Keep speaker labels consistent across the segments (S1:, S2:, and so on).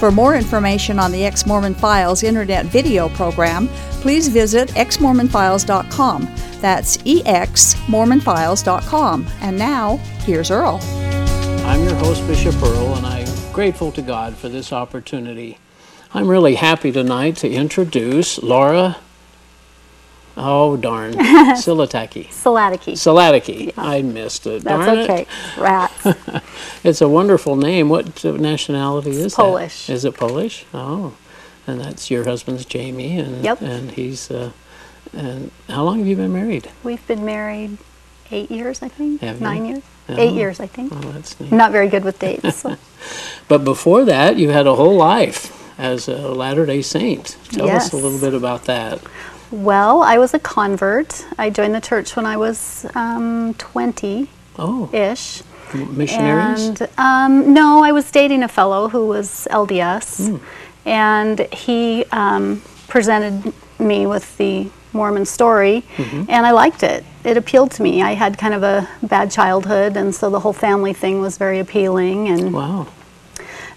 S1: For more information on the Ex Mormon Files internet video program, please visit exmormonfiles.com. That's E exmormonfiles.com. And now, here's Earl.
S2: I'm your host, Bishop Earl, and I'm grateful to God for this opportunity. I'm really happy tonight to introduce Laura. Oh, darn. Silataki.
S3: Salatiki.
S2: Salataki. I missed it.
S3: That's
S2: darn
S3: okay.
S2: It.
S3: Rats.
S2: It's a wonderful name. What uh, nationality is that?
S3: Polish.
S2: Is it Polish? Oh, and that's your husband's Jamie, and
S3: Yep.
S2: and he's. Uh, and how long have you been married?
S3: We've been married eight years, I think.
S2: Have you?
S3: Nine years.
S2: Oh.
S3: Eight years, I think.
S2: Oh, that's neat.
S3: I'm not very good with dates. so.
S2: But before that, you had a whole life as a Latter Day Saint. Tell us
S3: Yes.
S2: a little bit about that.
S3: well, I was a convert. I joined the church when I was um, 20
S2: Oh,
S3: ish.
S2: missionaries.
S3: And um, no, I was dating a fellow who was LDS,
S2: Hmm.
S3: and he um, presented me with the Mormon story,
S2: Mm-hmm.
S3: and I liked it. It appealed to me. I had kind of a bad childhood, and so the whole family thing was very appealing, and
S2: wow.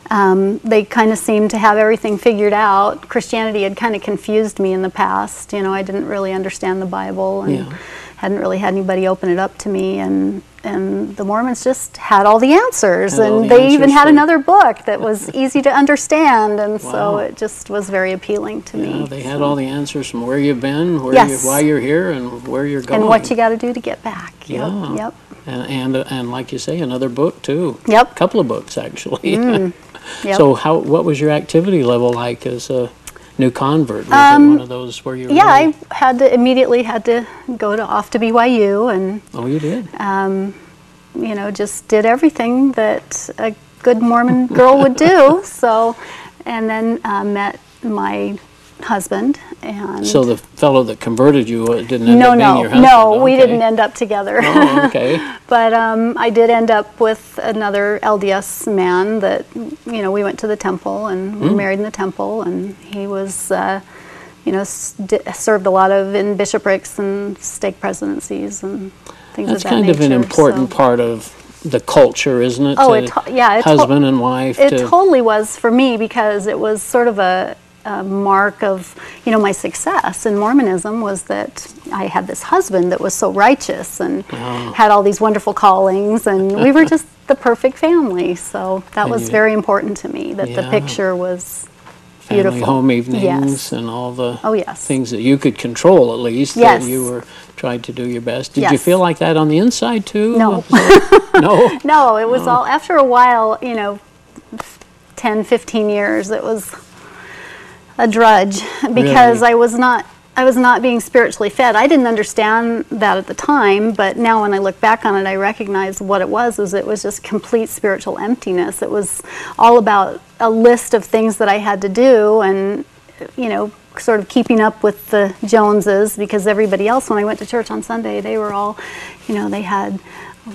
S3: um, they kind of seemed to have everything figured out. Christianity had kind of confused me in the past. You know, I didn't really understand the Bible and
S2: Yeah.
S3: hadn't really had anybody open it up to me. And and the Mormons just had all the answers,
S2: Had all
S3: and
S2: the
S3: they even
S2: answers
S3: had
S2: for-
S3: another book that was easy to understand. And
S2: Wow.
S3: so it just was very appealing to
S2: Yeah,
S3: me.
S2: they had all the answers from where you've been, where
S3: Yes.
S2: you, why you're here, and where you're going.
S3: and what you got to do to get back. Yep,
S2: Yeah.
S3: Yep.
S2: And, and and like you say, another book too.
S3: Yep. Mm.
S2: couple of books actually.
S3: Yep.
S2: So how what was your activity level like as a new convert? Was it one of those where you?
S3: Um, yeah,
S2: really-
S3: I had to immediately had to go to off to BYU and.
S2: oh, you did.
S3: um, you know, just did everything that a good Mormon girl would do. So, and then uh, met my husband, and
S2: so the fellow that converted you uh, didn't end
S3: no,
S2: up being
S3: no,
S2: your husband.
S3: no, we
S2: okay.
S3: didn't end up together.
S2: Oh, okay.
S3: but um, I did end up with another LDS man that you know we went to the temple and
S2: Hmm.
S3: were married in the temple, and he was. Uh, you know, s- di- served a lot of in bishoprics and stake presidencies and things
S2: That's
S3: of that
S2: kind
S3: nature.
S2: of an important
S3: so-
S2: part of the culture, isn't it?
S3: Oh,
S2: to
S3: it to- yeah, it to-
S2: husband and wife.
S3: It
S2: to,
S3: totally was for me because it was sort of a, a mark of, you know, my success in Mormonism was that I had this husband that was so righteous and
S2: Oh.
S3: had all these wonderful callings, and we were just the perfect family. So that
S2: And
S3: was
S2: you-
S3: very important to me that
S2: Yeah.
S3: the picture was
S2: family
S3: beautiful.
S2: home evenings
S3: Yes.
S2: and all the
S3: Oh, yes.
S2: things that you could control at least
S3: Yes.
S2: that you were tried to do your best. Did you
S3: Yes.
S2: feel like that on the inside too?
S3: No.
S2: no.
S3: No, it was
S2: Oh.
S3: all after a while, you know, 10, 15 years, it was a drudge because
S2: Really?
S3: I was not I was not being spiritually fed. I didn't understand that at the time, but now when I look back on it, I recognize what it was is it was just complete spiritual emptiness. It was all about a list of things that I had to do and you know, sort of keeping up with the Joneses because everybody else when I went to church on Sunday, they were all, you know, they had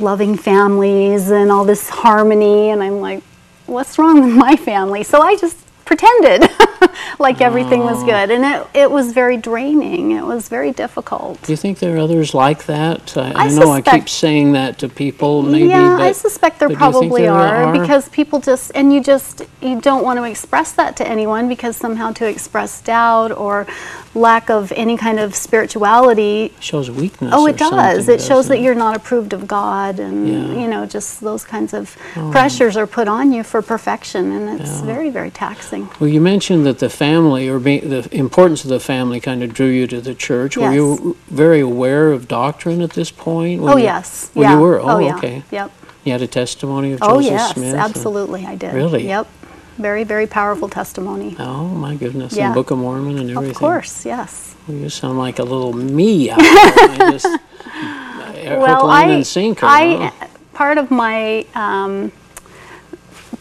S3: loving families and all this harmony and I'm like, what's wrong with my family? So I just pretended like everything
S2: Oh.
S3: was good. And it, it was very draining. It was very difficult.
S2: Do you think there are others like that? I, I,
S3: I
S2: know I keep
S3: suspect-
S2: saying that to people. Maybe,
S3: yeah,
S2: but,
S3: I suspect there
S2: but do you think
S3: probably
S2: there
S3: are, because people just and you just you don't want to express that to anyone because somehow to express doubt or lack of any kind of spirituality.
S2: shows weakness.
S3: Oh,
S2: or
S3: it does.
S2: something,
S3: It shows
S2: doesn't
S3: that you're not approved of God, and
S2: Yeah. Oh.
S3: you know, just those kinds of pressures are put on you for perfection, and it's very, very taxing.
S2: Well, you mentioned that the family or be, the importance of the family kind of drew you to the church. Were
S3: Yes.
S2: you very aware of doctrine at this point? when
S3: oh
S2: you-
S3: yes,
S2: When
S3: yeah.
S2: you were, oh,
S3: yeah.
S2: okay.
S3: Yep.
S2: You had a testimony of
S3: Oh
S2: Joseph
S3: yes,
S2: Smith. and-
S3: absolutely, I did.
S2: Really?
S3: Yep. Very, very powerful testimony.
S2: oh my goodness,
S3: Yeah.
S2: and Book of Mormon and everything.
S3: Of course, yes.
S2: Well, you sound like a little me. Out there. I just I- hook, line, and sinker.
S3: I
S2: huh?
S3: part of my um,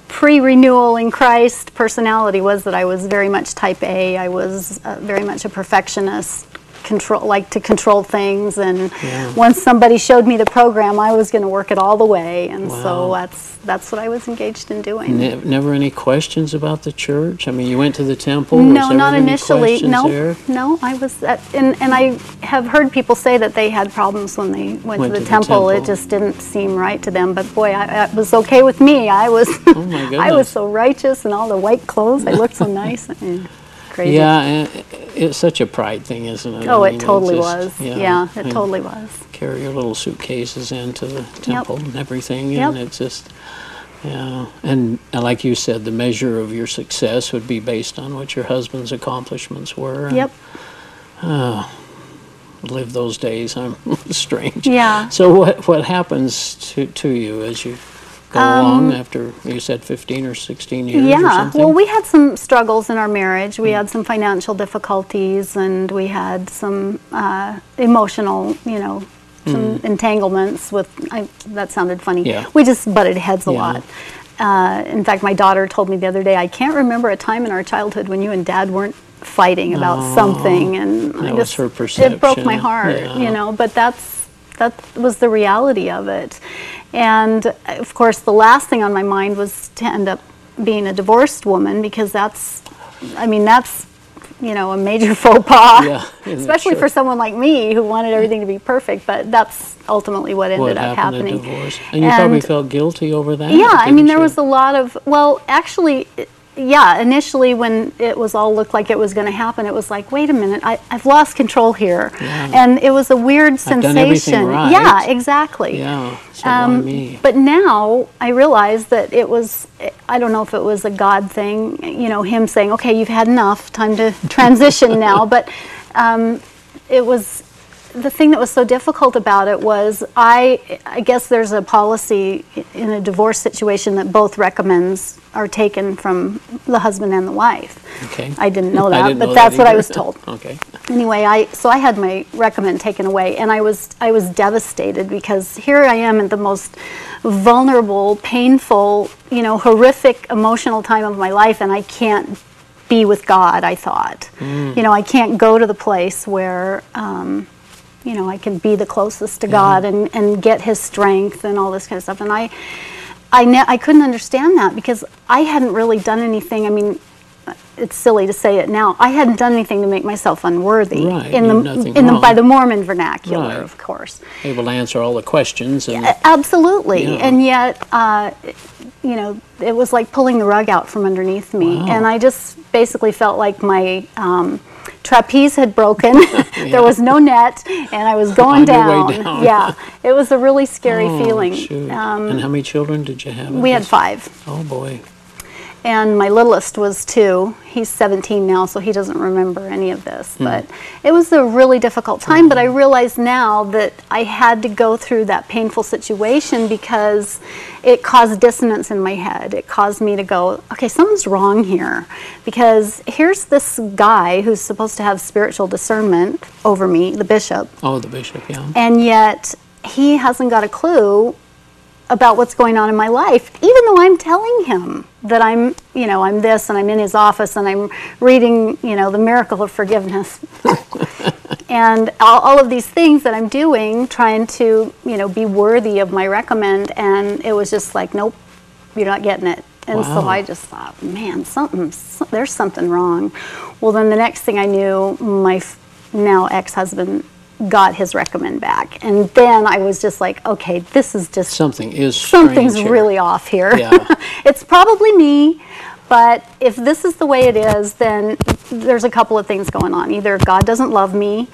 S3: pre-renewal in Christ personality was that I was very much Type A. I was uh, very much a perfectionist, control, like to control things. And once somebody showed me the program, I was going to work it all the way. And so
S2: Wow.
S3: that's that's what I was engaged in doing.
S2: Ne- never any questions about the church? I mean, you went to the temple. was
S3: No,
S2: there
S3: not
S2: any
S3: initially.
S2: questions
S3: No,
S2: there?
S3: no. I was, at, and and I have heard people say that they had problems when they went, to, the, temple. It
S2: temple.
S3: just didn't seem right to them. But boy, I, it was okay with me. I was,
S2: Oh my
S3: I was
S2: goodness.
S3: so righteous and all the white clothes. I looked so nice. Eh, Crazy.
S2: Yeah, and it's such a pride thing, isn't it?
S3: Oh,
S2: I
S3: it
S2: mean,
S3: totally
S2: just-
S3: was. Yeah,
S2: I
S3: it
S2: mean,
S3: totally was.
S2: Carry your little suitcases into the temple and everything,
S3: Yep.
S2: and it's just, yeah. And uh, like you said, the measure of your success would be based on what your husband's accomplishments were. and
S3: Yep.
S2: Live those days. I'm strange.
S3: Yeah.
S2: So what what happens to to you as you go along after you said 15 or 16 years or
S3: Um, Yeah.
S2: something?
S3: Well, we had some struggles in our marriage. We had some financial difficulties, and we had some uh, emotional, you know, some entanglements with. I, that sounded funny.
S2: Hmm. Yeah.
S3: We just butted heads a
S2: Yeah.
S3: lot. Uh, in fact, my daughter told me the other day, I can't remember a time in our childhood when you and Dad weren't fighting about something, and I
S2: Oh, That was
S3: just,
S2: her
S3: It broke my
S2: perception.
S3: heart,
S2: Yeah.
S3: you know. But that's that was the reality of it, and of course, the last thing on my mind was to end up being a divorced woman because that's, I mean, that's you know a major faux pas,
S2: Yeah, isn't it
S3: especially
S2: sure?
S3: for someone like me who wanted everything to be perfect. But that's ultimately what ended
S2: what
S3: up
S2: happened
S3: happening.
S2: to divorce? And you probably
S3: And-
S2: felt guilty over that.
S3: yeah, I mean,
S2: didn't
S3: there
S2: you?
S3: was a lot of, well, actually, i- yeah, initially when it was all looked like it was going to happen, it was like, wait a minute, I, I've lost control here. And it was a weird
S2: I've
S3: sensation.
S2: done everything right.
S3: Yeah, exactly.
S2: Yeah. So why
S3: Um,
S2: me?
S3: But now I realize that it was, I don't know if it was a God thing, you know, Him saying, okay, you've had enough, time to transition now. But um, it was, the thing that was so difficult about it was I, I guess there's a policy in a divorce situation that both recommends are taken from the husband and the wife.
S2: Okay.
S3: I didn't know that,
S2: didn't
S3: but
S2: know
S3: that's what I
S2: either.
S3: was told
S2: okay.
S3: anyway, I so I had my recommend taken away, and I was I was devastated because here I am at the most vulnerable, painful, you know, horrific emotional time of my life, and I can't be with God. I thought, you know, I can't go to the place where. Um, you know, I can be the closest to God and, and get His strength and all this kind of stuff. And I, I, ne- I couldn't understand that because I hadn't really done anything. I mean, it's silly to say it now. I hadn't done anything to make myself unworthy
S2: Right,
S3: in
S2: you
S3: the
S2: did nothing
S3: in the, by
S2: wrong.
S3: the Mormon vernacular,
S2: Right.
S3: of course.
S2: Able to answer all the questions and
S3: Absolutely,
S2: Yeah.
S3: and yet, uh, you know, it was like pulling the rug out from underneath me,
S2: Wow.
S3: and I just basically felt like my um, trapeze had broken. there was no net, and I was
S2: On your
S3: going down.
S2: way down.
S3: yeah, it was a really scary
S2: Oh,
S3: feeling.
S2: shoot.
S3: Um,
S2: and how many children did you have? at
S3: we had
S2: this-
S3: five.
S2: Oh boy.
S3: and my littlest was two. He's 17 now, so he doesn't remember any of this. But it was a really difficult time. But I realize now that I had to go through that painful situation because it caused dissonance in my head. It caused me to go, okay, something's wrong here. Because here's this guy who's supposed to have spiritual discernment over me, the bishop,
S2: Oh, the bishop. Yeah.
S3: and yet he hasn't got a clue about what's going on in my life even though i'm telling him that i'm you know i'm this and i'm in his office and i'm reading you know the miracle of forgiveness and all, all of these things that i'm doing trying to you know be worthy of my recommend and it was just like nope you're not getting it and so
S2: Wow.
S3: i just thought man something so- there's something wrong well then the next thing i knew my f- now ex-husband got his recommend back and then i was just like okay this is just
S2: Something is strange
S3: something's
S2: here.
S3: really off here.
S2: Yeah.
S3: it's probably me, but if this is the way it is, then there's a couple of things going on. Either God doesn't love me,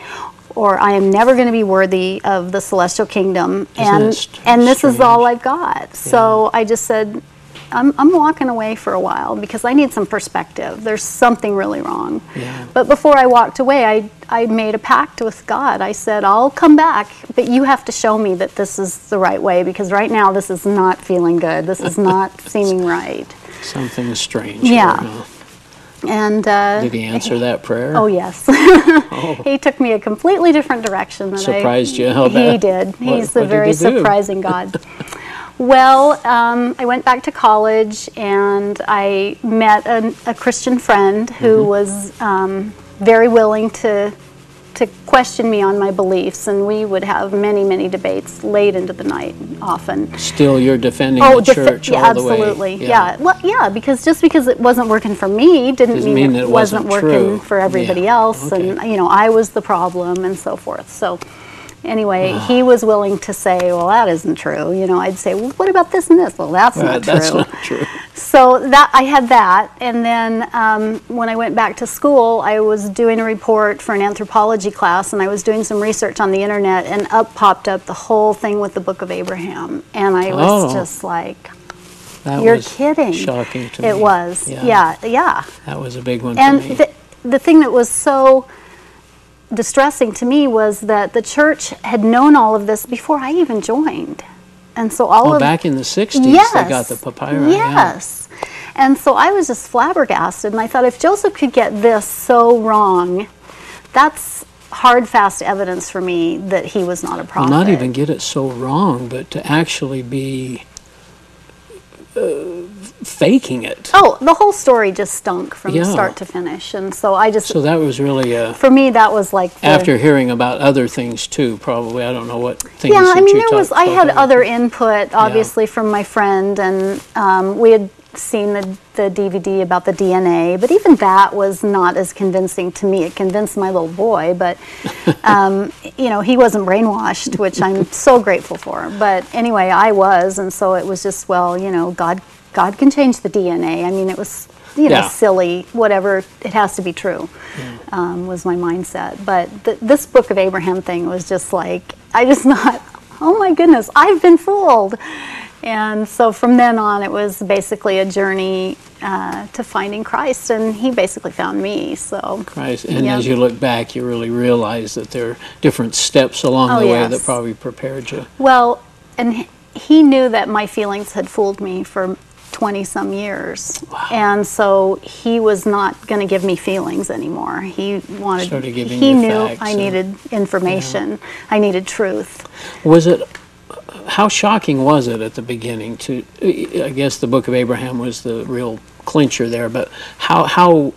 S3: or I am never going to be worthy of the celestial kingdom,
S2: Isn't
S3: and
S2: that st-
S3: and this is all
S2: strange?
S3: I've got. So I just said. I'm, I'm walking away for a while because I need some perspective. There's something really wrong.
S2: Yeah.
S3: But before I walked away, I, I made a pact with God. I said, I'll come back, but you have to show me that this is the right way because right now this is not feeling good. This is not seeming right.
S2: Something strange.
S3: Yeah.
S2: Here, huh?
S3: And uh,
S2: Did he answer that prayer? Oh,
S3: oh, yes. he took me a completely different direction than
S2: Surprised
S3: I,
S2: you? How
S3: He
S2: bad?
S3: did.
S2: What-
S3: He's a
S2: what did
S3: very
S2: he do?
S3: surprising God. Well, um, I went back to college and I
S2: Mm-hmm.
S3: met a, a Christian friend who was um, very willing to to question me on my beliefs, and we would have many, many debates late into the night often.
S2: Still, you're defending the
S3: Oh, defi-
S2: church
S3: yeah,
S2: all the way.
S3: absolutely. Yeah. Well, yeah, because just because it wasn't working for me didn't
S2: Doesn't
S3: mean,
S2: mean
S3: it,
S2: it
S3: wasn't,
S2: wasn't
S3: working
S2: true.
S3: for everybody
S2: Yeah.
S3: else, and
S2: Okay.
S3: you know I was the problem and so forth. So. Anyway,
S2: Ah.
S3: he was willing to say, "Well, that isn't true." You know, I'd say, "Well, what about this and this?" Well, that's
S2: Uh,
S3: not true.
S2: that's not true.
S3: So that I had that, and then um, when I went back to school, I was doing a report for an anthropology class, and I was doing some research on the internet, and up popped up the whole thing with the Book of Abraham, and I was
S2: Oh.
S3: just like,
S2: That
S3: "You're
S2: was
S3: kidding!"
S2: Shocking to me.
S3: it was, yeah, yeah.
S2: That was a big one
S3: And
S2: for me.
S3: the, the thing that was so distressing to me was that the church had known all of this before I even joined, and so all
S2: well,
S3: of
S2: Oh, back in the 60s, they got the papyri. yeah.
S3: Yes. And so I was just flabbergasted, and I thought if Joseph could get this so wrong, that's hard, fast evidence for me that he was not a
S2: Well,
S3: prophet.
S2: not even get it so wrong, but to actually be uh, faking it.
S3: Oh, the whole story just stunk from
S2: Yeah.
S3: start to finish, and so I just,
S2: So that was really a.
S3: for me, that was like the,
S2: After hearing about other things too, probably I don't know what things.
S3: Yeah,
S2: that
S3: I mean,
S2: you
S3: there was.
S2: talked
S3: I had
S2: about.
S3: other input, obviously, from my friend, and um, we had seen the, the DVD about the DNA, but even that was not as convincing to me. It convinced my little boy, but um, you know, he wasn't brainwashed, which I'm so grateful for. But anyway, I was, and so it was just, well, you know, God, God can change the DNA. I mean, it was. You know,
S2: Yeah.
S3: silly, whatever, it has to be true um, was my mindset. But th- this book of Abraham thing was just like, I just not, oh my goodness, I've been fooled. And so from then on, it was basically a journey uh, to finding Christ, and he basically found me. So,
S2: Christ. And
S3: Yeah.
S2: as you look back, you really realize that there are different steps along
S3: Oh,
S2: the way
S3: yes.
S2: that probably prepared you.
S3: well, and h- he knew that my feelings had fooled me for 20 some years. And so he was not going to give me feelings anymore. He wanted,
S2: Started giving
S3: he
S2: you
S3: knew
S2: facts
S3: I
S2: and-
S3: needed information, I needed truth.
S2: Was it? How shocking was it at the beginning? To I guess the Book of Abraham was the real clincher there, but how how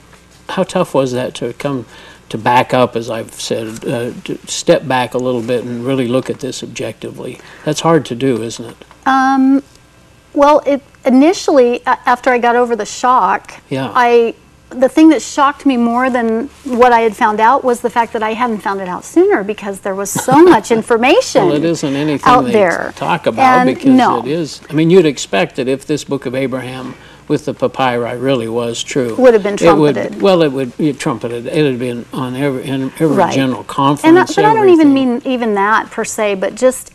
S2: how tough was that to come to back up, as I've said, uh, to step back a little bit and really look at this objectively? That's hard to do, isn't it?
S3: Um, Well, it initially a- after I got over the shock,
S2: Yeah.
S3: I the thing that shocked me more than what I had found out was the fact that I hadn't found it out sooner because there was so much information.
S2: Well, it isn't anything
S3: out
S2: they
S3: there.
S2: talk about
S3: And
S2: because
S3: no.
S2: it is. I mean, you'd expect that if this Book of Abraham with the papyri really was true,
S3: Would have been
S2: It
S3: trumpeted.
S2: would, well, it would be trumpeted. It had been on every in every
S3: Right.
S2: general
S3: And I,
S2: conference.
S3: but I don't even
S2: everything.
S3: mean even that per se, but just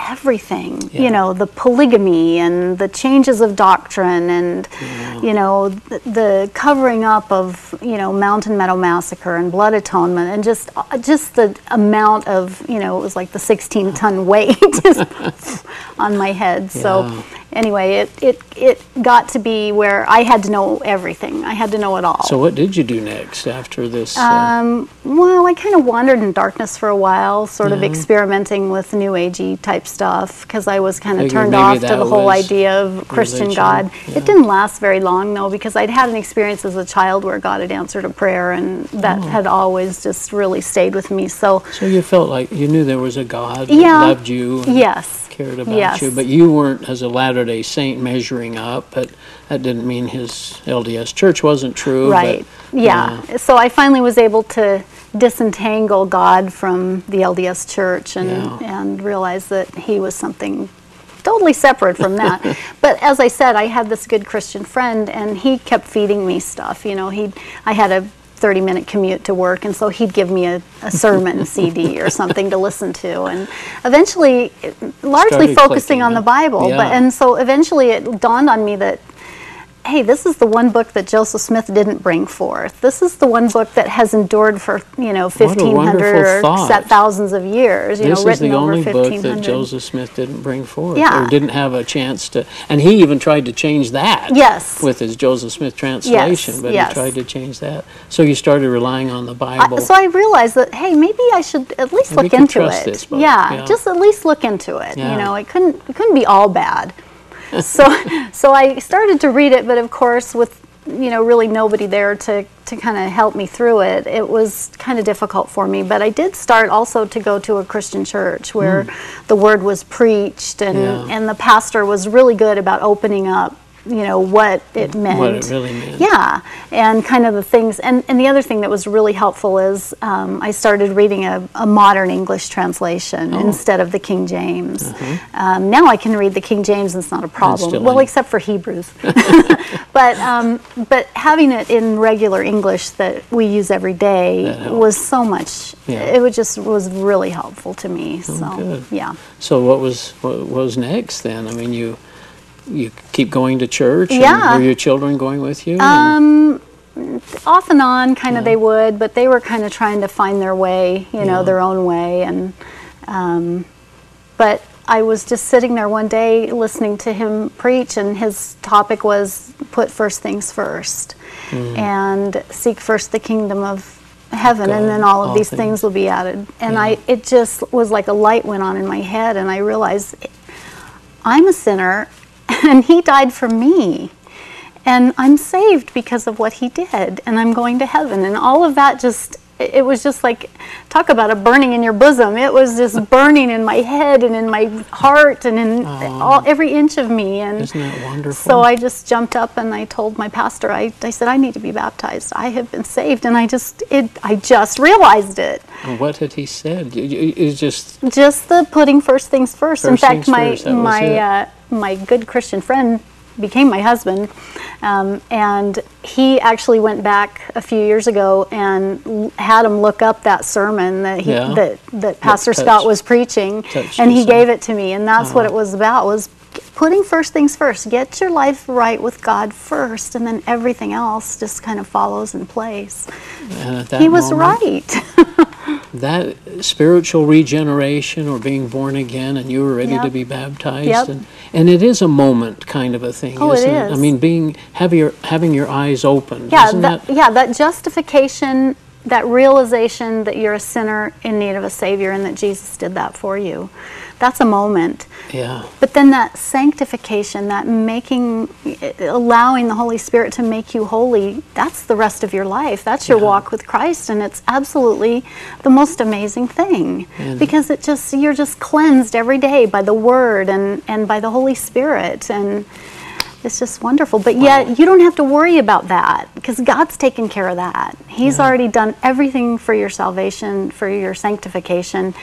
S3: everything. You
S2: Yeah.
S3: know, the polygamy and the changes of doctrine, and you know, the, the covering up of you know Mountain Meadow massacre and blood atonement, and just uh, just the amount of you know it was like the 16 ton weight just on my head.
S2: Yeah.
S3: So anyway, it, it it got to be where I had to know everything. I had to know it all.
S2: So, what did you do next after this? uh,
S3: Um, well, I kind of wandered in darkness for a while, sort
S2: Mm-hmm.
S3: of experimenting with new agey type stuff because I was kind of
S2: Figured
S3: turned
S2: maybe
S3: off to
S2: that
S3: the whole
S2: was
S3: idea of Christian
S2: religion,
S3: God.
S2: yeah.
S3: It didn't last very long though because I'd had an experience as a child where God had answered a prayer, and that
S2: Oh.
S3: had always just really stayed with me. So,
S2: so you felt like you knew there was a God that
S3: Yeah.
S2: loved you. And
S3: yes,
S2: Cared about
S3: Yes.
S2: you, but you weren't as a Latter Day Saint measuring up. But that didn't mean his LDS church wasn't true. but,
S3: right, yeah.
S2: uh,
S3: So I finally was able to disentangle God from the LDS Church and
S2: Yeah.
S3: and realize that He was something totally separate from that. but as I said, I had this good Christian friend, and he kept feeding me stuff. You know, he I had a 30 minute commute to work, and so he'd give me a, a sermon CD or something to listen to. And eventually, it- largely
S2: Started
S3: focusing
S2: clicking,
S3: on
S2: huh?
S3: the Bible. But
S2: Yeah.
S3: and so eventually, it dawned on me that hey, this is the one book that Joseph Smith didn't bring forth. This is the one book that has endured for, you know,
S2: a
S3: 1,500 or
S2: wonderful thought.
S3: set thousands of years, you
S2: this
S3: know,
S2: is the
S3: written over
S2: only book
S3: 1,500.
S2: that Joseph Smith didn't bring forth,
S3: Yeah.
S2: or didn't have a chance to. And he even tried to change that.
S3: Yes.
S2: With his Joseph Smith translation, but
S3: yes.
S2: he tried to change that. So you started relying on the Bible.
S3: I, so I realized that, hey, maybe I should at least
S2: Maybe
S3: look
S2: you can
S3: into
S2: trust
S3: it.
S2: this book,
S3: Yeah,
S2: yeah.
S3: just at least look into it. You
S2: Yeah.
S3: know, it couldn't it couldn't be all bad. so so I started to read it, but of course with you know really nobody there to to kind of help me through it, it was kind of difficult for me. But I did start also to go to a Christian church where the word was preached and,
S2: Hmm. Yeah.
S3: and the pastor was really good about opening up, you know, what it meant.
S2: really meant.
S3: Yeah, and kind of the things. And, and the other thing that was really helpful is um, I started reading a, a modern English translation
S2: Oh.
S3: instead of the King James. Um, now I can read the King James and it's not a
S2: Mm-hmm. still
S3: problem. Well,
S2: in-
S3: except for Hebrews. but um, but having it in regular English that we use every
S2: That
S3: day
S2: helped.
S3: was so much.
S2: Yeah. Oh,
S3: It was just was really helpful to me. so
S2: good.
S3: yeah.
S2: So what was what was next then? I mean, you you keep going to church.
S3: Yeah.
S2: And were your children going with you? And-
S3: Um, off and on, kind of
S2: Yeah.
S3: they would, but they were kind of trying to find their way, you know,
S2: Yeah.
S3: their own way. And um, but I was just sitting there one day listening to him preach, and his topic was put first things first,
S2: Mm.
S3: and seek first the kingdom of heaven, and
S2: God,
S3: then all of
S2: all
S3: these
S2: things.
S3: things will be added. And I,
S2: Yeah.
S3: it just was like a light went on in my head, and I realized I'm a sinner and he died for me. And I'm saved because of what he did and I'm going to heaven. And all of that just it it was just like talk about a burning in your bosom. It was just burning in my head and in my heart and in all every inch of me and
S2: Isn't that wonderful?
S3: so I just jumped up and I told my pastor, I, I said, I need to be baptized. I have been saved. And I just, it, I just realized it
S2: And what had he said? You, you, you just uh,
S3: just the putting first things first. In
S2: First
S3: fact,
S2: things
S3: my
S2: first, that was
S3: my
S2: it.
S3: uh, my good Christian friend became my husband, um, and he actually went back a few years ago and l- had him look up that sermon that he,
S2: Yeah.
S3: that that Pastor
S2: touched-
S3: Scott was preaching,
S2: touched Uh-huh.
S3: and
S2: you,
S3: he
S2: so.
S3: gave it to me, and that's what it was about was g- putting first things first. Get your life right with God first, and then everything else just kind of follows in place.
S2: and at that
S3: He was
S2: moment,
S3: right.
S2: That spiritual regeneration or being born again, and you were ready to
S3: Yep.
S2: be baptized.
S3: Yep.
S2: And, and it is a moment kind of a thing,
S3: Oh, it
S2: isn't I
S3: is.
S2: mean, being have your having your eyes opened.
S3: yeah,
S2: isn't
S3: that, yeah, that justification, that realization that you're a sinner in need of a savior and that Jesus did that for you. That's a moment.
S2: yeah.
S3: But then that sanctification, that making, allowing the Holy Spirit to make you holy, that's the rest of your life. That's your
S2: Yeah.
S3: walk with Christ, and it's absolutely the most amazing thing
S2: And-
S3: because it just you're just cleansed every day by the Word and and by the Holy Spirit, and it's just wonderful. But yet you don't have to worry about that because God's taken care of that. He's already done everything for your salvation, for your sanctification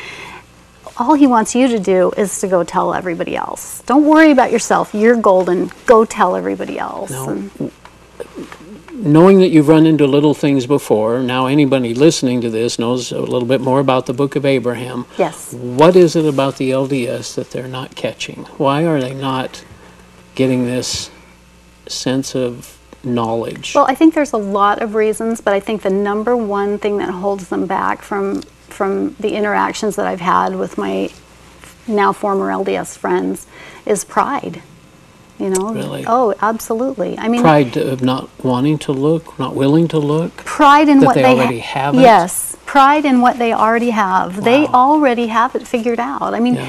S3: all he wants you to do is to go tell everybody else. Don't worry about yourself. You're golden. Go tell everybody else.
S2: Now,
S3: And-
S2: knowing that you've run into little things before, now anybody listening to this knows a little bit more about the Book of Abraham.
S3: yes.
S2: What is it about the LDS that they're not catching? Why are they not getting this sense of knowledge?
S3: Well, I think there's a lot of reasons, but I think the number one thing that holds them back from from the interactions that I've had with my now former LDS friends is pride. You know?
S2: Really?
S3: Oh, absolutely. I mean,
S2: Pride of not wanting to look, not willing to look.
S3: pride in
S2: That
S3: what
S2: they
S3: they,
S2: already have it?
S3: Yes, pride in what they already have. They
S2: Wow.
S3: already have it figured out. I mean,
S2: Yeah.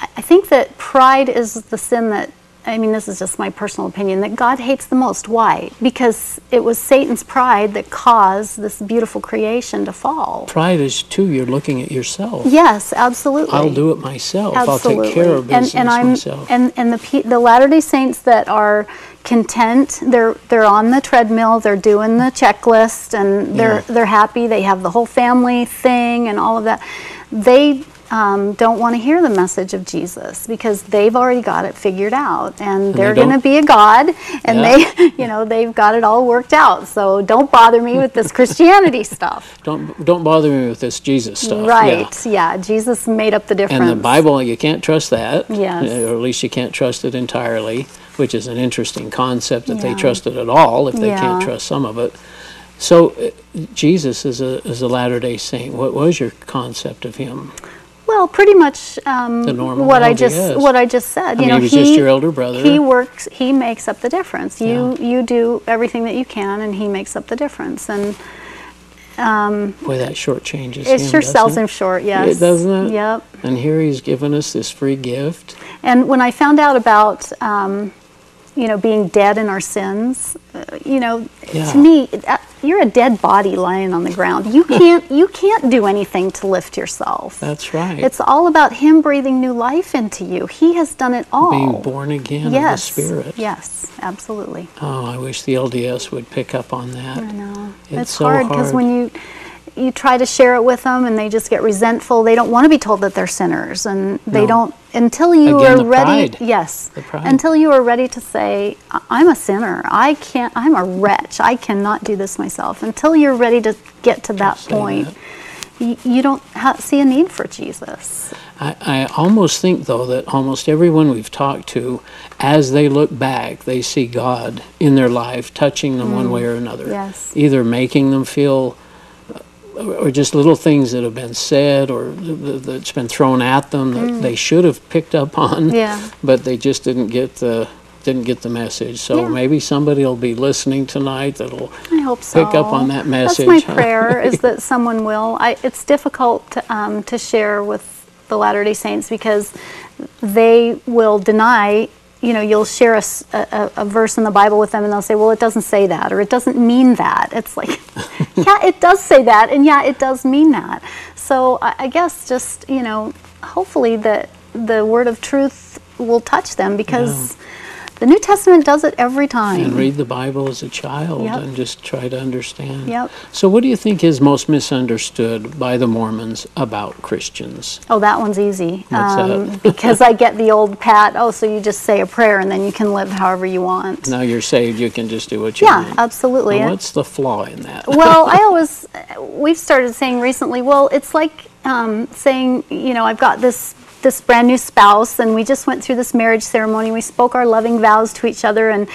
S3: I I think that pride is the sin that. I mean, this is just my personal opinion that God hates the most. Why? Because it was Satan's pride that caused this beautiful creation to fall.
S2: Pride is too you're looking at yourself.
S3: Yes, absolutely.
S2: I'll do it myself.
S3: Absolutely.
S2: I'll take care of business
S3: and, and I'm,
S2: myself.
S3: And, and the, pe- the Latter-day Saints that are content, they're, they're on the treadmill, they're doing the checklist, and they're,
S2: Yeah.
S3: they're happy, they have the whole family thing and all of that. They um, don't want to hear the message of Jesus because they've already got it figured out, and, they're going to
S2: don't-
S3: be a God, and
S2: Yeah.
S3: they, you know, they've got it all worked out. So don't bother me with this Christianity stuff.
S2: don't don't bother me with this Jesus stuff. Yeah.
S3: Right? Yeah. Jesus made up the difference.
S2: And the Bible, you can't trust that. Uh,
S3: Yes.
S2: Or at least you can't trust it entirely, which is an interesting concept that they
S3: Yeah.
S2: trust it at all if they can't
S3: Yeah.
S2: trust some of it. So uh, Jesus is a is a Latter Day Saint. What was your concept of him?
S3: Well, pretty much um,
S2: The normal
S3: what I just
S2: LDS.
S3: what I just said. you
S2: mean,
S3: know,
S2: he was just your elder brother.
S3: He works. He makes up the difference. You you do everything that you can, and he makes up the difference. And um,
S2: Boy, that shortchanges him.
S3: it sure
S2: doesn't
S3: sells
S2: it?
S3: him short. Yes,
S2: It doesn't. it?
S3: Yep.
S2: And here he's given us this free gift.
S3: And when I found out about, um, you know, being dead in our sins, uh, you know,
S2: Yeah.
S3: to me, that, you're a dead body lying on the ground. You can't you can't do anything to lift yourself.
S2: That's right.
S3: It's all about him breathing new life into you. He has done it all.
S2: Being born again
S3: Oh, yes.
S2: of the Spirit.
S3: Yes, absolutely.
S2: Oh, I wish the LDS would pick up on that.
S3: I know.
S2: It's, so
S3: hard because when you you try to share it with them and they just get resentful. They don't want to be told that they're sinners and they
S2: No.
S3: don't until you
S2: Again,
S3: are
S2: the
S3: ready.
S2: pride.
S3: Yes.
S2: The pride.
S3: Until you are ready to say "I- I'm a sinner. I can't I'm a wretch. I cannot do this myself. Until you're ready to get to that
S2: say
S3: point.
S2: that.
S3: y- You don't ha- see a need for Jesus.
S2: I, I almost think, though, that almost everyone we've talked to, as they look back, they see God in their life touching them one way or another.
S3: Mm. yes.
S2: Either making them feel, uh, or just little things that have been said or th- th- that's been thrown at them that they should have picked up on,
S3: Mm. Yeah.
S2: but they just didn't get the didn't get the message. So
S3: Yeah.
S2: maybe somebody will be listening tonight that'll
S3: I hope so.
S2: Pick up on that
S3: That's
S2: message,
S3: my
S2: huh?
S3: prayer is that someone will. I, it's difficult to, um, to share with the Latter Day Saints because they will deny. You know, you'll share a, s- a- a- a verse in the Bible with them, and they'll say, "Well, it doesn't say that, or it doesn't mean that." It's like, yeah, it does say that, and yeah, it does mean that. So I, I guess just you know, hopefully that the word of truth will touch them because the New Testament does it every time.
S2: and read the Bible as a child
S3: Yep.
S2: and just try to understand.
S3: Yep.
S2: So, what do you think is most misunderstood by the Mormons about Christians?
S3: Oh, that one's easy. um,
S2: What's that?
S3: because I get the old pat, oh, so you just say a prayer and then you can live however you want.
S2: Now you're saved, you can just do what you
S3: yeah,
S2: want.
S3: absolutely.
S2: Now,
S3: And-
S2: what's the flaw in that?
S3: well, I always, we've started saying recently, well, it's like um, saying, you know, I've got this this brand new spouse and we just went through this marriage ceremony we spoke our loving vows to each other and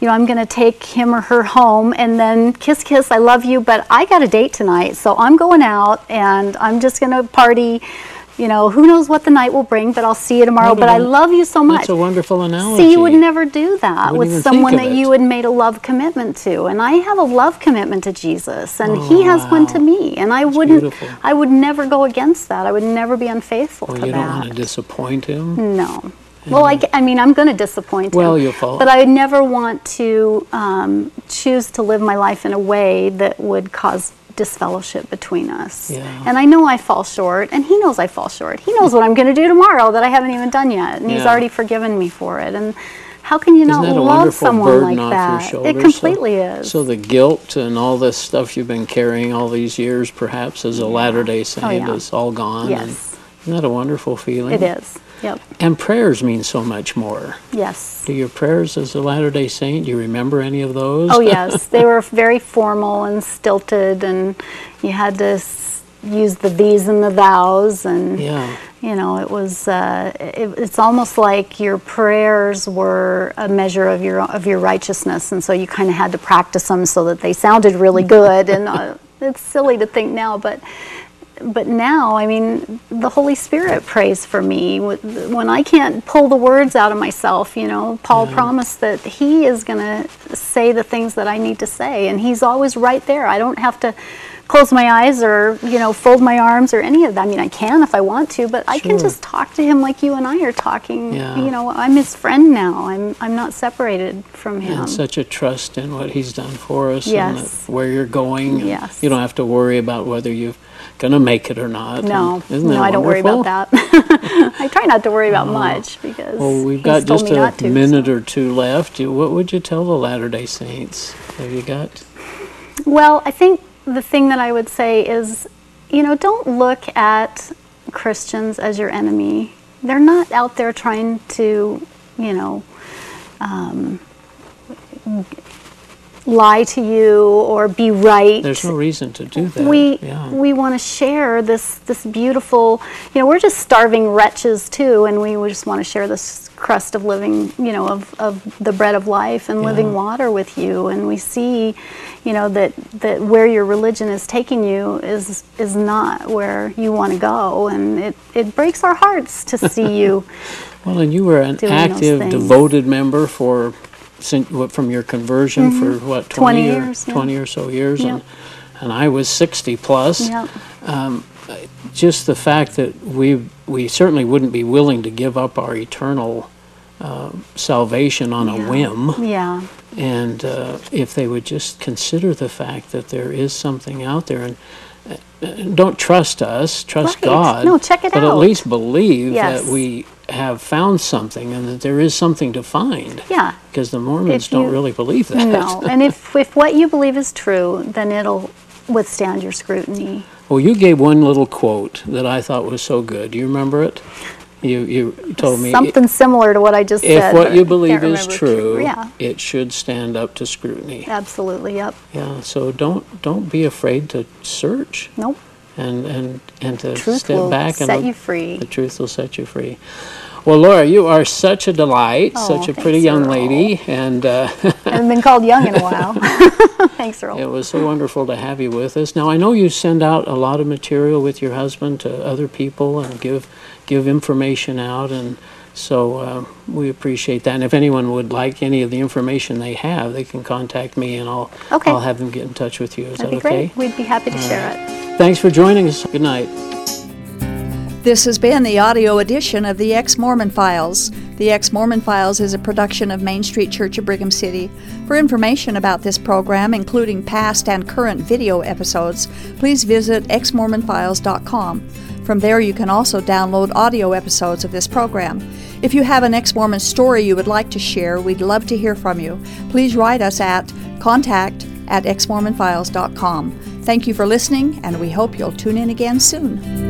S3: you know i'm going to take him or her home and then kiss kiss i love you but i got a date tonight so i'm going out and i'm just going to party you know who knows what the night will bring but i'll see you tomorrow
S2: What a
S3: but i
S2: won-
S3: love you so much
S2: That's a wonderful analogy.
S3: See, you would never do
S2: wouldn't
S3: that
S2: even
S3: with
S2: think
S3: someone
S2: of
S3: that
S2: it.
S3: you had made a love commitment to. And I have a love commitment to Jesus, and He has one to
S2: Oh, wow.
S3: me. And I wouldn't,
S2: beautiful.
S3: I would never go against that. I would never be unfaithful
S2: Well,
S3: to
S2: you don't
S3: that.
S2: want to disappoint him.
S3: no. Well, I, g- I mean, I'm going to disappoint
S2: Hmm. Well,
S3: him.
S2: you'll fall-
S3: But I would never want to um, choose to live my life in a way that would cause disfellowship between us.
S2: Yeah.
S3: And I know I fall short, and he knows I fall short. He knows what I'm going to do tomorrow that I haven't even done yet, and he's
S2: Yeah.
S3: already forgiven me for it. And how can you
S2: Isn't
S3: not
S2: that a
S3: love
S2: wonderful
S3: someone
S2: burden
S3: like
S2: off
S3: that?
S2: your
S3: it
S2: shoulders?
S3: completely
S2: so,
S3: is.
S2: So the guilt and all this stuff you've been carrying all these years, perhaps as a Latter-day Saint,
S3: Oh, yeah.
S2: is all gone. and
S3: Yes.
S2: isn't that a wonderful feeling?
S3: it is. Yep.
S2: And prayers mean so much more.
S3: Yes.
S2: Do your prayers as a Latter day Saint, do you remember any of those?
S3: Oh yes, they were very formal and stilted, and you had to s- use the these and the thous, and
S2: Yeah.
S3: you know it was. Uh, it, it's almost like your prayers were a measure of your of your righteousness, and so you kind of had to practice them so that they sounded really good. and uh, it's silly to think now, but but now, I mean, the Holy Spirit prays for me Wh- when I can't pull the words out of myself. You know, Paul promised that He is going to say the things that I need to say, and He's always right there. I don't have to close my eyes or you know fold my arms or any of that. I mean, I can if I want to, but I can
S2: Sure.
S3: just talk to Him like you and I are talking.
S2: Yeah.
S3: You know, I'm His friend now. I'm I'm not separated from Him.
S2: And such a trust in what He's done for us and
S3: Yes.
S2: that where you're going. and
S3: Yes.
S2: You don't have to worry about whether you're going to make it or not.
S3: no,
S2: And isn't
S3: no,
S2: that
S3: I don't worry about
S2: wonderful?
S3: that. I try not to worry about much because
S2: Well, we've
S3: he's
S2: got
S3: told
S2: just
S3: me not
S2: a
S3: to, so.
S2: minute or two left. You- What would you tell the Latter day Saints? Have you got?
S3: Well, I think the thing that I would say is, you know, don't look at Christians as your enemy. They're not out there trying to, you know, um, lie to you or be right.
S2: There's no reason to do that.
S3: we
S2: yeah.
S3: we want to share this this beautiful you know we're just starving wretches too and we just want to share this crust of living you know of, of the bread of life and living
S2: Yeah.
S3: water with you and we see you know that that where your religion is taking you is is not where you want to go and it it breaks our hearts to see you
S2: Well, and you were an
S3: doing those
S2: active,
S3: things.
S2: devoted member for since what, from your conversion for what 20,
S3: 20
S2: or
S3: Mm-hmm. years, yeah.
S2: 20 or so years,
S3: Yep.
S2: and and I was 60 plus.
S3: yeah
S2: Just the fact that we we certainly wouldn't be willing to give up our eternal uh, salvation on a whim.
S3: Yeah.
S2: And uh, if they would just consider the fact that there is something out there and uh, uh, don't trust us, trust
S3: Right.
S2: God.
S3: No, check it
S2: but
S3: out.
S2: at least believe
S3: Yes.
S2: that we have found something and that there is something to find.
S3: Yeah.
S2: Because the Mormons
S3: If
S2: don't
S3: you-
S2: really believe that.
S3: No. and if, if what you believe is true, then it'll withstand your scrutiny.
S2: Well, you gave one little quote that I thought was so good. Do you remember it? You, you told me.
S3: Something similar to what I just
S2: if
S3: said.
S2: what
S3: but
S2: you
S3: can't
S2: believe is
S3: remember
S2: true,
S3: Yeah.
S2: it should stand up to scrutiny.
S3: Absolutely. Yep.
S2: Yeah, so don't don't be afraid to search
S3: Nope.
S2: and and and to
S3: Truth
S2: step
S3: will
S2: back and
S3: set
S2: look-
S3: you free.
S2: The truth will set you free. Well, Laura, you are such a delight, such
S3: Oh,
S2: a pretty
S3: thanks,
S2: young
S3: Earl.
S2: lady, and uh,
S3: I haven't been called young in a while. Thanks, Earl.
S2: it was so wonderful to have you with us. Now, I know you send out a lot of material with your husband to other people and give give information out, and so uh, we appreciate that. And if anyone would like any of the information they have, they can contact me, and I'll
S3: Okay.
S2: I'll have them get in touch with you. Is
S3: That'd be
S2: that okay?
S3: great. We'd be happy to share it.
S2: Thanks for joining us. Good night.
S1: This has been the audio edition of the Ex Mormon Files. The Ex Mormon Files is a production of Main Street Church of Brigham City. For information about this program, including past and current video episodes, please visit exmormonfiles.com. From there, you can also download audio episodes of this program. If you have an ex Mormon story you would like to share, we'd love to hear from you. Please write us at contact at exmormonfiles.com. Thank you for listening, and we hope you'll tune in again soon.